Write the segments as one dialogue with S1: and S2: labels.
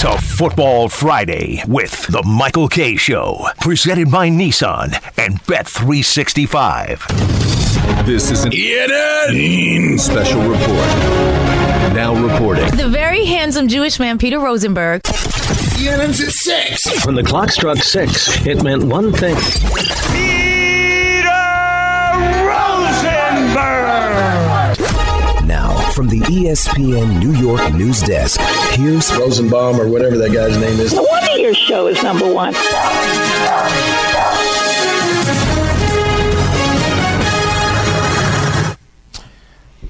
S1: to Football Friday with The Michael K. Show, presented by Nissan and Bet365.
S2: This is an Eden special report. Now reporting.
S3: The very handsome Jewish man, Peter Rosenberg,
S4: ENN's at six.
S5: When the clock struck six, it meant one thing.
S6: Now, from the ESPN New York news desk, here's
S4: Rosenbaum or whatever that guy's name is.
S7: No wonder your show is number one.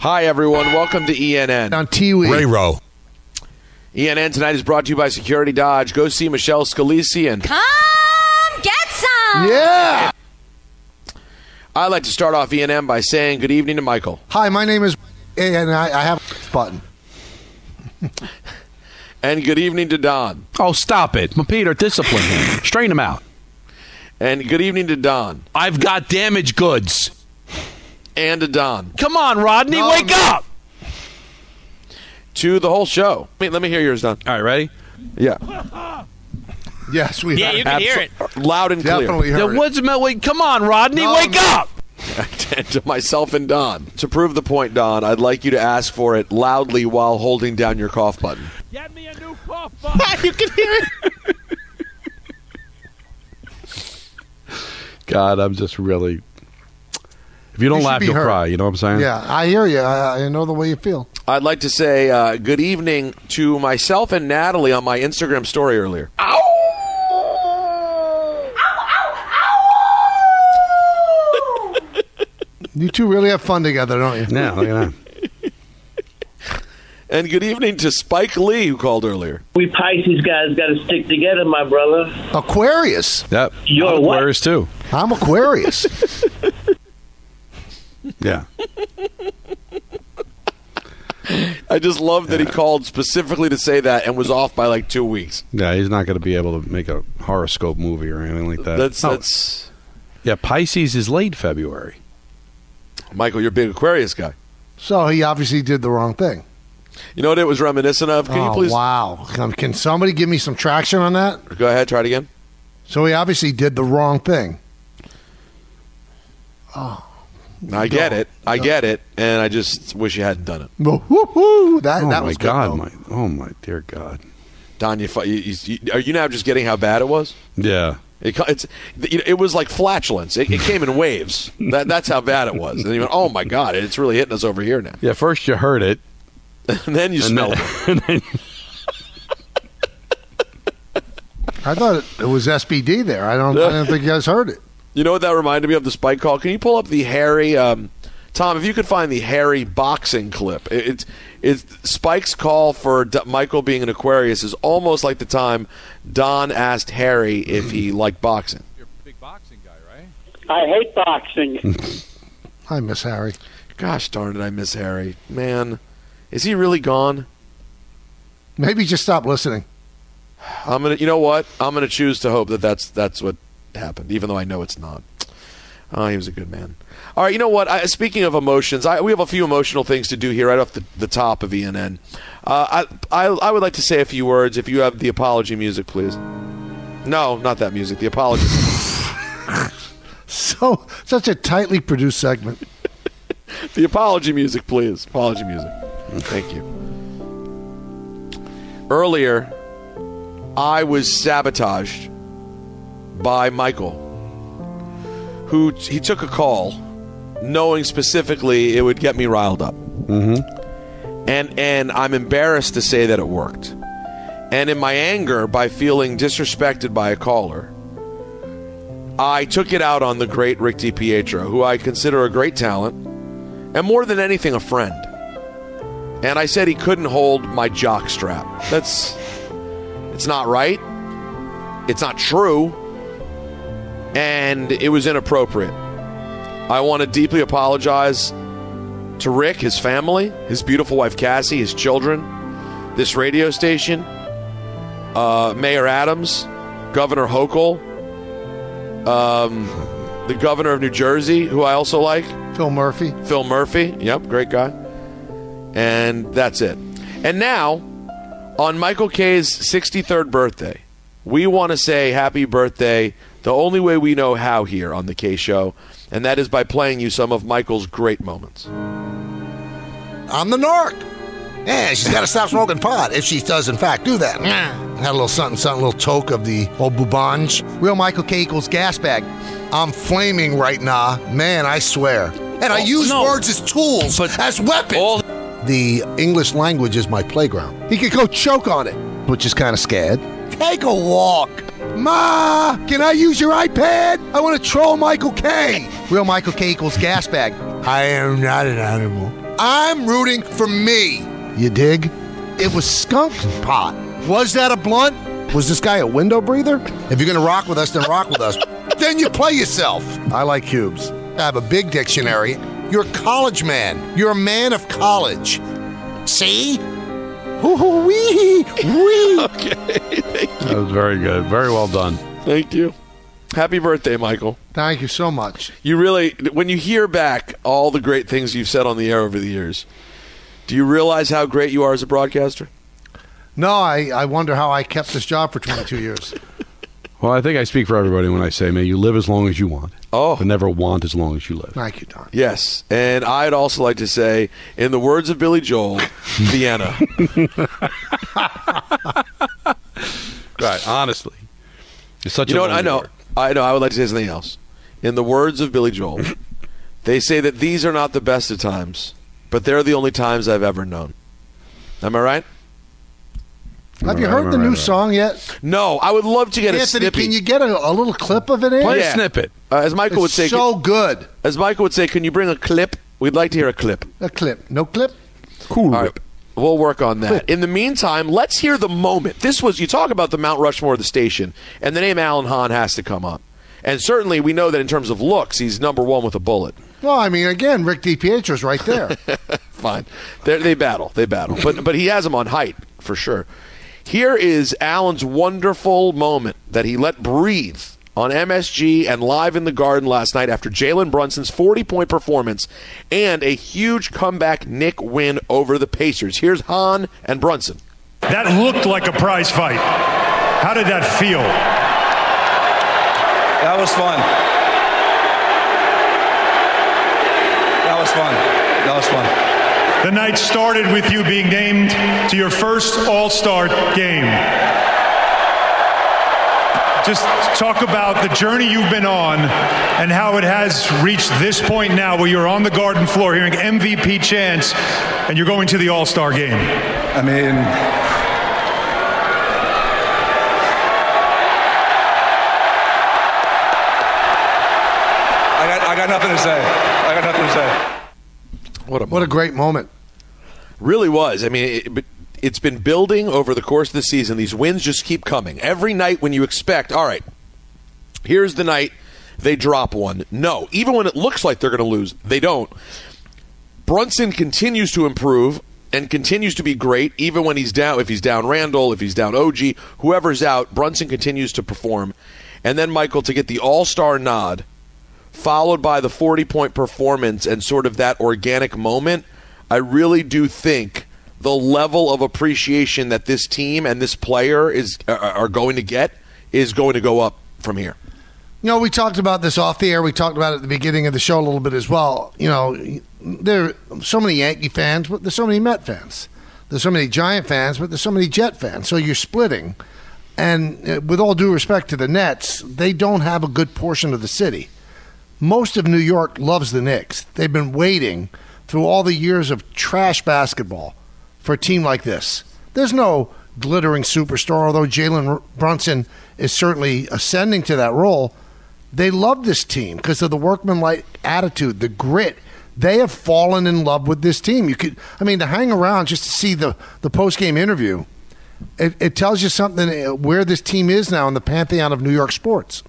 S8: Hi, everyone. Welcome to E ENN.
S9: on Tiwi.
S10: Ray Row.
S8: ENN E tonight is brought to you by Security Dodge. Go see Michelle Scalise. And
S3: come get some.
S9: Yeah.
S8: I'd like to start off ENN by saying good evening to Michael.
S9: Hi, my name is, and I, I have a button.
S8: And good evening to Don.
S10: Oh, stop it. Peter, discipline him. Strain him out.
S8: And good evening to Don.
S10: I've got damaged goods.
S8: And to Don.
S10: Come on, Rodney, wake up.
S8: To the whole show. Wait, let me hear yours, Don.
S10: All right, ready?
S8: Yeah.
S9: Yes, we
S11: Yeah,
S9: heard
S11: you
S9: it.
S11: can hear it.
S8: Absol- Loud and clear.
S9: definitely
S10: The
S9: heard it.
S10: woods melt. Wait, come on, Rodney,
S9: No,
S10: wake
S9: no.
S10: up.
S8: and to myself and Don. To prove the point, Don, I'd like you to ask for it loudly while holding down your cough button.
S11: Get me a new cough box.
S10: God, I'm just really. If you don't
S9: You should
S10: laugh,
S9: be
S10: you'll
S9: hurt.
S10: cry. You know what I'm saying?
S9: Yeah, I hear you. I, I know the way you feel.
S8: I'd like to say uh, good evening to myself and Natalie on my Instagram story earlier.
S9: You two really have fun together, don't you?
S10: Yeah, look at that.
S8: And good evening to Spike Lee, who called earlier.
S12: We Pisces guys got to stick together, my brother.
S9: Aquarius.
S10: Yep.
S12: You're
S10: I'm
S12: what?
S10: Aquarius too.
S9: I'm Aquarius.
S10: Yeah.
S8: I just love that he called specifically to say that and was off by like two weeks.
S10: Yeah, he's not going to be able to make a horoscope movie or anything like that.
S8: That's
S10: No.
S8: that's
S10: yeah. Pisces is late February.
S8: Michael, you're a big Aquarius guy.
S9: so he obviously did the wrong thing.
S8: You know what it was reminiscent of? Can
S9: oh,
S8: you please
S9: wow. Can, can somebody give me some traction on that?
S8: go ahead, try it again?
S9: So he obviously did the wrong thing.
S8: I get it. I get it. And I just wish you hadn't done it.
S9: Well, woo-hoo, that,
S10: oh
S9: that
S10: my
S9: was good,
S10: God,
S9: though.
S10: my oh my dear God.
S8: Don, you, fu- you, you, you- are you now just getting how bad it was?
S10: Yeah.
S8: It, co- it's, it it was like flatulence. It, it came in waves. That, that's how bad it was. And you went, oh my God, it's really hitting us over here now.
S10: Yeah. First you heard it.
S8: And then you
S10: and
S8: smelled
S10: then-
S8: it.
S9: I thought it, it was SBD there. I don't. I didn't think you guys heard it.
S8: You know what that reminded me of the spike call? Can you pull up the Harry, um, Tom, if you could find the Harry boxing clip? It, it's, it's Spike's call for D- Michael being an Aquarius is almost like the time Don asked Harry if he liked boxing.
S11: You're a big boxing guy, right?
S12: I hate boxing.
S9: I miss Harry.
S8: Gosh darn it, I miss Harry. Man, is he really gone?
S9: Maybe just stop listening.
S8: I'm gonna. You know what? I'm gonna choose to hope that that's that's what happened, even though I know it's not. Uh, he was a good man. All right. You know what? I, speaking of emotions, I, we have a few emotional things to do here right off the, the top of ENN. Uh, I, I I would like to say a few words. If you have the apology music, please. No, not that music. The apology.
S9: So such a tightly produced segment.
S8: the apology music, please. Apology music. Thank you. Earlier, I was sabotaged by Michael, who he took a call, knowing specifically it would get me riled up. Mm-hmm. And and I'm embarrassed to say that it worked. And in my anger by feeling disrespected by a caller, I took it out on the great Rick DiPietro, who I consider a great talent and more than anything, a friend. And I said he couldn't hold my jock strap. That's it's not right. It's not true. And it was inappropriate. I want to deeply apologize to Rick, his family, his beautiful wife Cassie, his children, this radio station, uh, Mayor Adams, Governor Hochul, um, the governor of New Jersey, who I also like.
S9: Phil Murphy.
S8: Phil Murphy. Yep, great guy. And that's it. And now on Michael K's 63rd birthday, we want to say happy birthday the only way we know how here on The K Show, and that is by playing you some of Michael's great moments.
S4: I'm the narc. Yeah, she's got to stop smoking pot if she does, in fact, do that. Had a little something, something, little toke of the old boubange. Real Michael K equals gas bag. I'm flaming right now. Man, I swear. And I
S13: Oh,
S4: use
S13: no.
S4: words as tools, as weapons. the English language is my playground. He could go choke on it, which is kind of scared. Take a walk. Ma, can I use your iPad? I want to troll Michael K. Real Michael K equals gas bag. I am not an animal. I'm rooting for me. You dig? It was skunk pot. Was that a blunt? Was this guy a window breather? If you're gonna rock with us, then rock with us. then you play yourself. I like cubes. I have a big dictionary. You're a college man. You're a man of college. See? Hoo wee wee.
S8: Okay.
S10: That was very good. Very well done.
S8: Thank you. Happy birthday, Michael.
S9: Thank you so much.
S8: You really, when you hear back all the great things you've said on the air over the years, do you realize how great you are as a broadcaster?
S9: No, I, I wonder how I kept this job for 22 years.
S10: Well, I think I speak for everybody when I say, may you live as long as you want.
S8: Oh.
S10: But never want as long as you live.
S9: Thank you, Don.
S8: Yes. And I'd also like to say, in the words of Billy Joel, Vienna.
S10: Right, honestly. It's such
S8: you
S10: a
S8: know what? I
S10: lonely
S8: know.
S10: word.
S8: I know. I would like to say something else. In the words of Billy Joel, they say that these are not the best of times, but they're the only times I've ever known. Am I right?
S9: Have you heard the new song yet?
S8: No, I would love to get a
S9: Anthony,
S8: snippet.
S9: can you get a, a little clip of it in?
S8: Yeah. Uh, as Michael would
S9: It's
S8: say,
S9: so good.
S8: As Michael would say, can you bring a clip? We'd like to hear a clip.
S9: A clip. No clip?
S10: Cool.
S8: All right. We'll work on that. In the meantime, let's hear the moment. This was you talk about the Mount Rushmore of the station, and the name Alan Hahn has to come up. And certainly, we know that in terms of looks, he's number one with a bullet.
S9: Well, I mean, again, Rick DiPietro's right there.
S8: Fine, They're, they battle, they battle, but but he has him on height for sure. Here is Alan's wonderful moment that he let breathe on MSG and live in the Garden last night after Jalen Brunson's 40-point performance and a huge comeback Nick win over the Pacers. Here's Hahn and Brunson.
S14: That looked like a prize fight. How did that feel?
S15: That was fun. That was fun. That was fun.
S14: The night started with you being named to your first All Star game. Just talk about the journey you've been on and how it has reached this point now where you're on the garden floor hearing MVP chants and you're going to the All Star game.
S15: I mean, I got, I got nothing to say. I got nothing to say.
S8: What a
S9: what a great moment.
S8: Really was. I mean, it, but it's been building over the course of the season. These wins just keep coming. Every night when you expect, all right, here's the night they drop one. No, even when it looks like they're going to lose, they don't. Brunson continues to improve and continues to be great, even when he's down. If he's down Randall, if he's down OG, whoever's out, Brunson continues to perform. And then Michael to get the All Star nod, followed by the 40 point performance and sort of that organic moment. I really do think the level of appreciation that this team and this player is are- are going to get is going to go up from here.
S9: You know, we talked about this off the air. We talked about it at the beginning of the show a little bit as well. You know, there are so many Yankee fans, but there's so many Met fans. There's so many Giant fans, but there's so many Jet fans. So you're splitting. And uh, with all due respect to the Nets, they don't have a good portion of the city. Most of New York loves the Knicks. They've been waiting through all the years of trash basketball for a team like this. There's no glittering superstar, although Jalen Brunson is certainly ascending to that role. They love this team because of the workmanlike attitude, the grit. They have fallen in love with this team. You could, I mean, to hang around just to see the the post game interview, it, it tells you something uh, where this team is now in the pantheon of New York sports.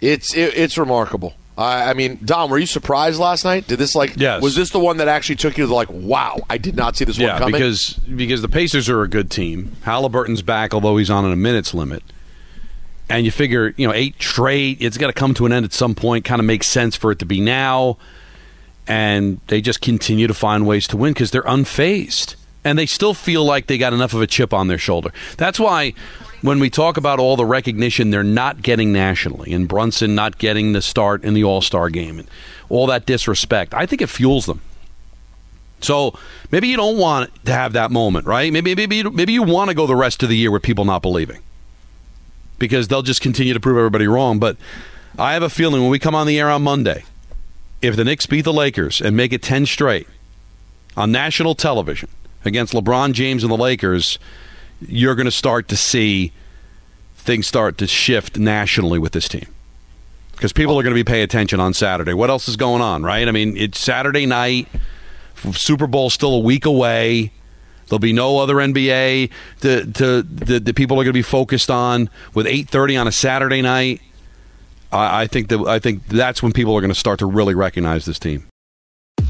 S8: It's it, it's remarkable. I, I mean, Dom, were you surprised last night? Did this like?
S10: Yes.
S8: Was this the one that actually took you to like, wow, I did not see this
S10: Yeah,
S8: one coming?
S10: because because the Pacers are a good team. Halliburton's back, although he's on in a minutes limit. And you figure, you know, eight straight, it's got to come to an end at some point. Kind of makes sense for it to be now. And they just continue to find ways to win because they're unfazed. and they still feel like they got enough of a chip on their shoulder. That's why when we talk about all the recognition they're not getting nationally, and Brunson not getting the start in the All Star game, and all that disrespect, I think it fuels them. So maybe you don't want to have that moment, right? Maybe maybe maybe you want to go the rest of the year with people not believing because they'll just continue to prove everybody wrong. But I have a feeling when we come on the air on Monday, if the Knicks beat the Lakers and make it ten straight on national television against LeBron James and the Lakers, you're going to start to see things start to shift nationally with this team because people are going to be paying attention on Saturday. What else is going on, right? I mean, it's Saturday night. Super Bowl still a week away. There'll be no other NBA the to, the, the people are going to be focused on with 8:30 on a Saturday night. I, I think that I think that's when people are going to start to really recognize this team.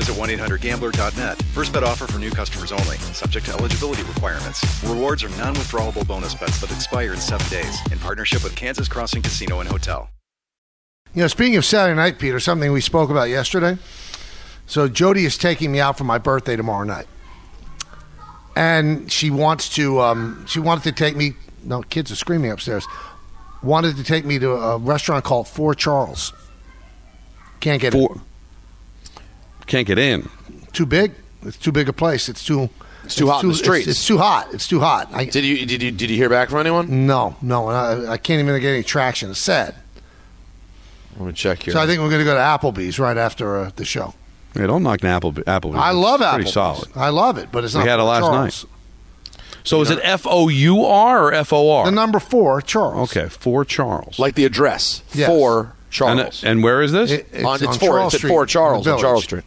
S13: visit 1 800Gambler.net. First bet offer for new customers only, subject to eligibility requirements. Rewards are non withdrawable bonus bets that expire in seven days in partnership with Kansas Crossing Casino and Hotel.
S9: You know, speaking of Saturday night, Peter, something we spoke about yesterday. So Jody is taking me out for my birthday tomorrow night, and she wants to. Um, she wanted to take me. No, kids are screaming upstairs. Wanted to take me to a restaurant called Four Charles. Can't get
S10: Four. Can't get in.
S9: it. Too big. It's too big a place. It's too.
S8: It's too hot in the streets.
S9: It's, it's too hot. It's too hot. I,
S8: Did you did you did you hear back from anyone?
S9: no, no, and I, I can't even get any traction. It's sad.
S8: Let me check here.
S9: So I think we're going to go to Applebee's right after uh, the show.
S10: Hey, don't knock an Applebe- Applebee's.
S9: I love
S10: It's
S9: Applebee's.
S10: Pretty solid.
S8: Uh,
S9: I love it, but it's not.
S10: we had it
S9: Four
S10: last
S9: Charles.
S10: night. So is it F O U R or F O R? The
S9: number four, Charles.
S10: Okay, four Charles.
S8: Like the address
S9: Yes. uh,
S8: for Charles.
S10: And, and where is this?
S8: It- it's On- it's on four- Charles it's at Street, four in the Charles on village. Charles Street.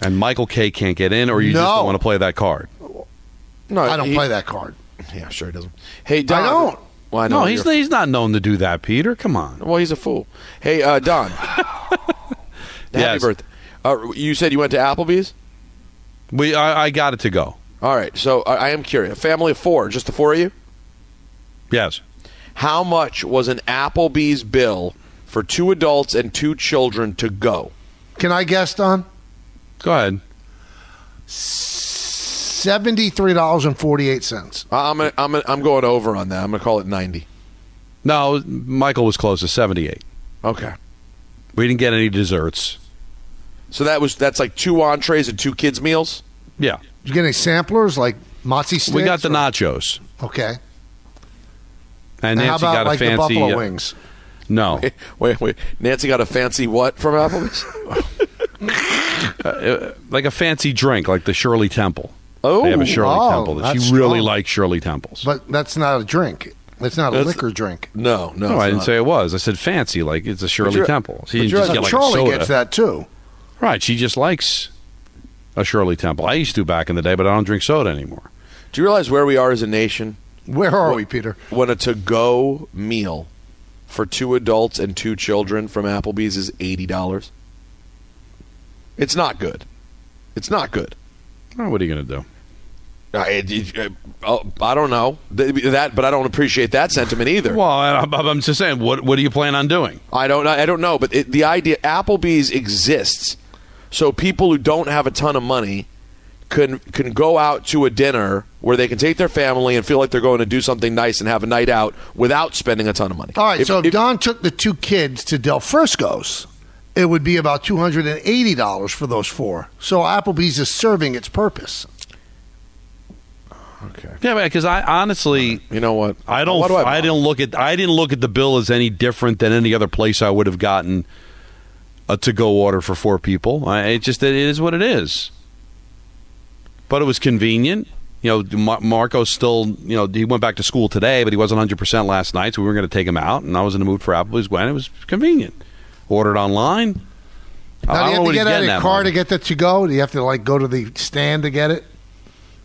S10: And Michael K can't get in, or you just
S8: No.
S10: don't want to play that card.
S8: No,
S9: I don't
S8: he-
S9: play that card.
S8: Yeah, sure he doesn't. Hey, Don.
S9: I don't.
S8: Well, I know
S10: No, he's
S8: you're-
S10: he's not known to do that, Peter. Come on.
S8: Well, he's a fool. Hey, uh, Don. Happy
S10: Yes.
S8: birthday. Uh, you said you went to Applebee's.
S10: We I, I got it to go.
S8: All right. So uh, I, I am curious. Family of four, just the four of you.
S10: Yes.
S8: How much was an Applebee's bill for two adults and two children to go?
S9: Can I guess, Don?
S10: Go ahead.
S9: Seventy-three dollars and forty-eight cents.
S8: I- I'm gonna, I'm gonna, I'm going over on that. I'm gonna call it ninety.
S10: No, Michael was close to seventy-eight.
S8: Okay.
S10: We didn't get any desserts.
S8: So that was that's like two entrees and two kids meals.
S10: Yeah,
S9: You get any samplers like mozzie sticks?
S10: we got the nachos,
S9: or- okay. And
S10: and
S9: how
S10: Nancy
S9: about,
S10: got a
S9: like, the
S10: fancy
S9: buffalo
S10: uh,
S9: wings?
S10: No,
S8: Wait, wait. Nancy got a fancy what from Applebee's?
S10: Uh, uh, like a fancy drink, like the Shirley Temple.
S8: Oh,
S10: they have a Shirley
S9: oh,
S10: Temple. that
S9: that's
S10: She really
S9: strong.
S10: likes Shirley Temples.
S9: But that's not a drink. It's not a
S10: That's-
S9: liquor drink.
S8: No, no,
S10: No,
S8: it's
S10: I didn't
S8: not.
S10: say it was. I said fancy, like it's a Shirley
S8: you're-
S10: Temple. She
S8: but
S10: didn't
S8: you're-
S10: just get like a
S9: Charlie
S10: soda.
S9: gets that too.
S10: Right. She just likes a Shirley Temple. I used to back in the day, but I don't drink soda anymore.
S8: Do you realize where we are as a nation?
S9: Where are we, Peter?
S8: When a to-go meal for two adults and two children from Applebee's is eighty dollars. It's not good. It's not good.
S10: Oh, what are you going to do?
S8: I, Uh, it- it- oh, I don't know Th- that, but I don't appreciate that sentiment either.
S10: Well, I, I'm- I'm just saying, what what do you plan on doing?
S8: I don't. I don't know, but it, the idea Applebee's exists so people who don't have a ton of money can can go out to a dinner where they can take their family and feel like they're going to do something nice and have a night out without spending a ton of money.
S9: All right, so if, Don took the two kids to Del Frisco's, it would be about two hundred and eighty dollars for those four. So Applebee's is serving its purpose.
S10: Yeah, because I honestly,
S8: you know what,
S10: I don't.
S8: Why do I
S10: I, didn't look at. I didn't look at the bill as any different than any other place I would have gotten a to-go order for four people. I, it just it is what it is. But it was convenient. You know, Mar- Marco's still, you know, he went back to school today, but he wasn't 100% last night, so we were going to take him out, and I was in the mood for Applebee's when it was convenient. Ordered online.
S9: Now, do you have to get out of your
S10: at,
S9: car
S10: Mark.
S9: to get that to go? Do you have to like go to the stand to get it?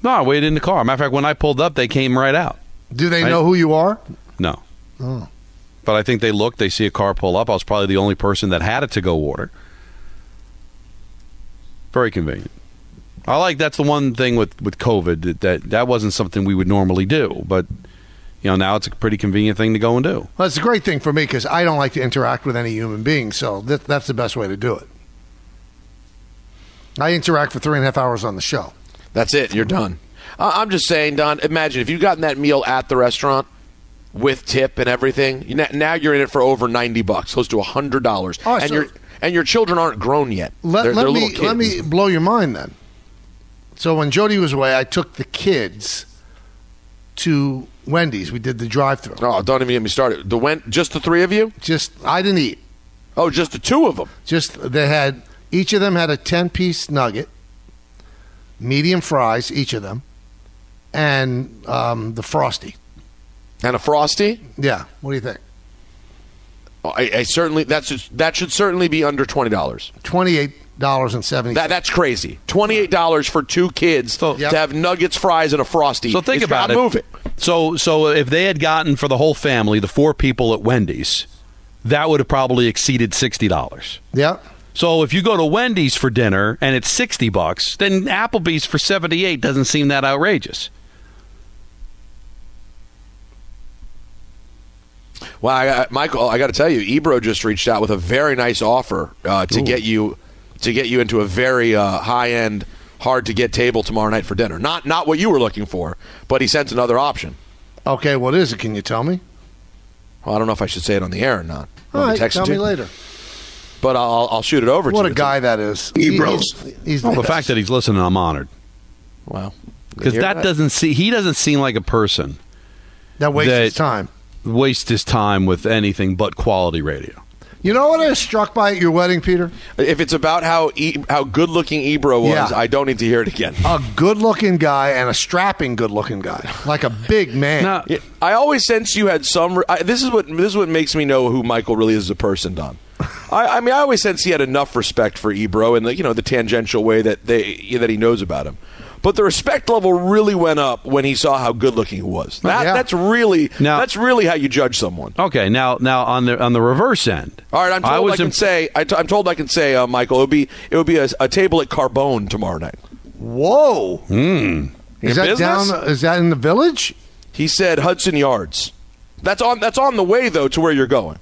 S10: No, I waited in the car. Matter of fact, when I pulled up, they came right out.
S9: Do they
S10: Right.
S9: know who you are?
S10: No.
S9: Oh.
S10: But I think they looked, they see a car pull up. I was probably the only person that had a to go order. Very convenient. I like that's the one thing with, with COVID that, that that wasn't something we would normally do, but you know now it's a pretty convenient thing to go and do.
S9: Well, it's a great thing for me because I don't like to interact with any human being, so that, that's the best way to do it. I interact for three and a half hours on the show.
S8: That's it. You're done. I- I'm just saying, Don. Imagine if you gotten that meal at the restaurant with tip and everything. You, na- now you're in it for over ninety bucks, close to hundred dollars,
S9: Oh,
S8: and
S9: so-
S8: your and your children aren't grown yet.
S9: Let,
S8: they're,
S9: let
S8: they're
S9: me
S8: little kids.
S9: let me blow your mind then. So when Jody was away, I took the kids to Wendy's. We did the drive-through.
S8: Oh, don't even get me started. The went just the three of you.
S9: Just I didn't eat.
S8: Oh, just the two of them.
S9: Just they had each of them had a ten-piece nugget, medium fries each of them, and um, the frosty.
S8: And a frosty.
S9: Yeah. What do you think?
S8: Oh, I, I certainly that's just- that should certainly be under twenty dollars.
S9: Twenty-eight dollars and seventy.
S8: That, that's crazy. Twenty eight dollars for two kids
S9: Yep.
S8: to have nuggets, fries, and a frosty.
S10: So think
S8: It's-
S10: about
S8: I'd
S10: it.
S8: Move it.
S10: So so if they had gotten for the whole family the four people at Wendy's, that would have probably exceeded sixty dollars.
S9: Yeah.
S10: So if you go to Wendy's for dinner and it's sixty bucks, then Applebee's for seventy eight doesn't seem that outrageous.
S8: Well, I, I, Michael, I got to tell you, Ebro just reached out with a very nice offer uh, to get you to get you into a very uh, high end, hard to get table tomorrow night for dinner. Not not what you were looking for, but he sent another option.
S9: Okay, what is it? Can you tell me?
S8: Well, I don't know if I should say it on the air or not.
S9: All
S8: Want me
S9: right,
S8: to text
S9: tell
S8: it to
S9: me
S8: you?
S9: later.
S8: But I'll, I'll shoot it over to
S9: What
S8: you.
S9: a guy that is.
S8: Ebros.
S9: He- He's, he's
S10: Well,
S9: the
S10: the fact that he's listening, I'm honored.
S8: Wow.
S10: Because
S8: Hear
S10: that,
S8: that?
S10: doesn't see he doesn't seem like a person
S9: that wastes
S10: that-
S9: his time.
S10: waste his time with anything but quality radio.
S9: You know what I was struck by at your wedding, Peter?
S8: If it's about how e- how good looking Ebro was,
S9: Yeah.
S8: I don't need to hear it again.
S9: A good-looking guy and a strapping good-looking guy, like a big man.
S10: Now,
S8: Yeah, I always sense you had some. I, this is what this is what makes me know who Michael really is as a person, Don. I, I mean, I always sense he had enough respect for Ebro and the you know the tangential way that they that he knows about him. But the respect level really went up when he saw how good looking he was. That,
S10: Yeah.
S8: That's really
S10: Now-
S8: that's really how you judge someone.
S10: Okay, now now on the on the reverse end.
S8: All right, I'm told I, can
S10: imp-
S8: say I t- I'm told I can say uh, Michael. It would be it would be a, a table at Carbone tomorrow night.
S9: Whoa! Is
S8: In Hmm.
S9: that
S8: business?
S9: down? Is that in the village?
S8: He said Hudson Yards. That's on that's on the way though to where you're going.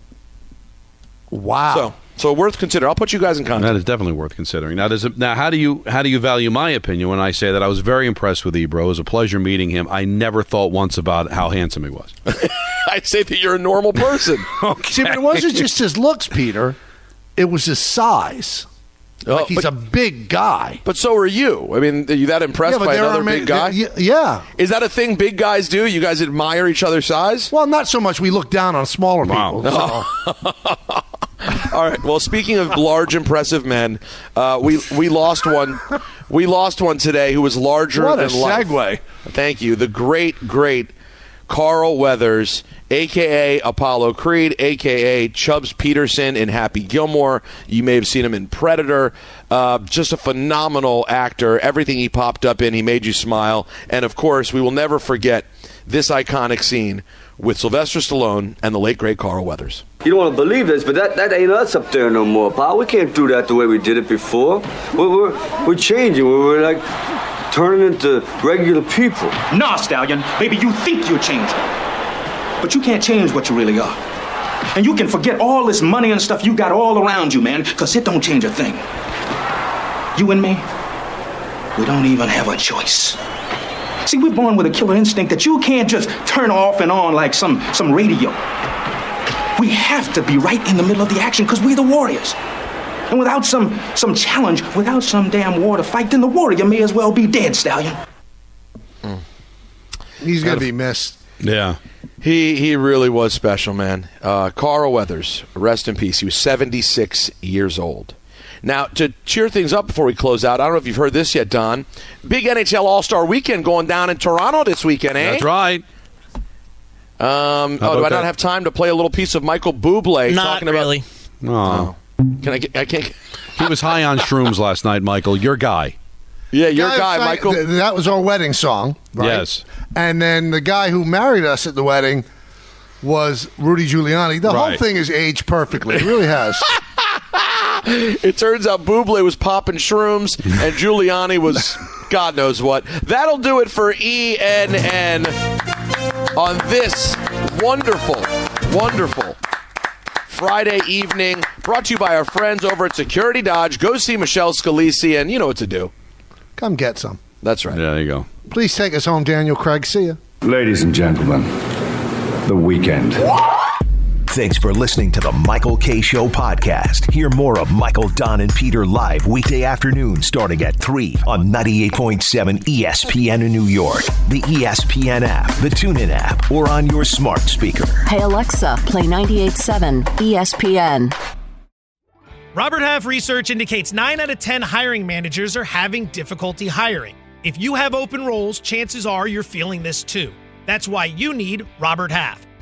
S10: Ah.
S9: Wow.
S8: So so worth considering. I'll put you guys in contact.
S10: That is definitely worth considering. Now, does it, now how do you how do you value my opinion when I say that I was very impressed with Ebro? It was a pleasure meeting him. I never thought once about how handsome he was.
S8: I'd say that you're a normal person.
S9: See, but it wasn't just his looks, Peter. It was his size.
S8: Oh,
S9: like he's
S8: but-
S9: a big guy.
S8: But so are you. I mean, are you that impressed by another
S9: ma-
S8: big guy?
S9: there- y- Yeah.
S8: Is that a thing big guys do? You guys admire each other's size?
S9: Well, not so much. We look down on smaller people. so-
S8: All right. Well, speaking of large, impressive men, uh, we we lost one. We lost one today who was larger
S9: What a
S8: than life.
S9: segue.
S8: Thank you. The great, great Carl Weathers, aka Apollo Creed, aka Chubbs Peterson in Happy Gilmore. You may have seen him in Predator. Uh, just a phenomenal actor. Everything he popped up in, he made you smile. And of course, we will never forget this iconic scene with Sylvester Stallone and the late great Carl Weathers.
S16: You don't want to believe this, but that, that ain't us up there no more, pal. We can't do that the way we did it before. We're, we're, we're changing. We're, we're like turning into regular people.
S17: Nah, Stallion, baby, you think you're changing. But you can't change what you really are. And you can forget all this money and stuff you got all around you, man, because it don't change a thing. You and me, we don't even have a choice. See, we're born with a killer instinct that you can't just turn off and on like some, some radio. We have to be right in the middle of the action because we're the warriors. And without some, some challenge, without some damn war to fight, then the warrior may as well be dead, Stallion.
S9: He's going to be missed.
S10: Yeah,
S8: He he really was special, man. Uh, Carl Weathers, rest in peace. He was 76 years old. Now, to cheer things up before we close out, I don't know if you've heard this yet, Don. Big NHL All Star Weekend going down in Toronto this weekend, eh?
S10: That's right.
S8: Um,
S10: How
S8: oh, do I
S10: about
S8: not
S10: that?
S8: have time to play a little piece of Michael Bublé
S10: Not
S8: talking about? Oh.
S10: really. No.
S8: Can I? Get, I can't.
S10: He was high on shrooms last night, Michael. Your guy.
S8: Yeah,
S10: your guy,
S9: sang-
S10: Michael.
S9: th- that was our wedding song, right?
S10: Yes.
S9: And then the guy who married us at the wedding was Rudy Giuliani. The whole
S8: Right.
S9: thing is aged perfectly. It really has.
S8: It turns out Buble was popping shrooms and Giuliani was God knows what. That'll do it for ENN on this wonderful, wonderful Friday evening. Brought to you by our friends over at Security Dodge. Go see Michelle Scalisi, and you know what to do.
S9: Come get some.
S8: That's right.
S10: Yeah, there you go.
S9: Please take us home, Daniel Craig. See ya.
S1: Ladies and gentlemen, the weekend. Thanks for listening to the Michael K. Show podcast. Hear more of Michael, Don, and Peter live weekday afternoon starting at 3 on 98.7 ESPN in New York, the E ESPN app, the TuneIn app, or on your smart speaker.
S3: Hey Alexa, play E 98.7 ESPN.
S17: Robert Half research indicates 9 out of 10 hiring managers are having difficulty hiring. If you have open roles, chances are you're feeling this too. That's why you need Robert Half.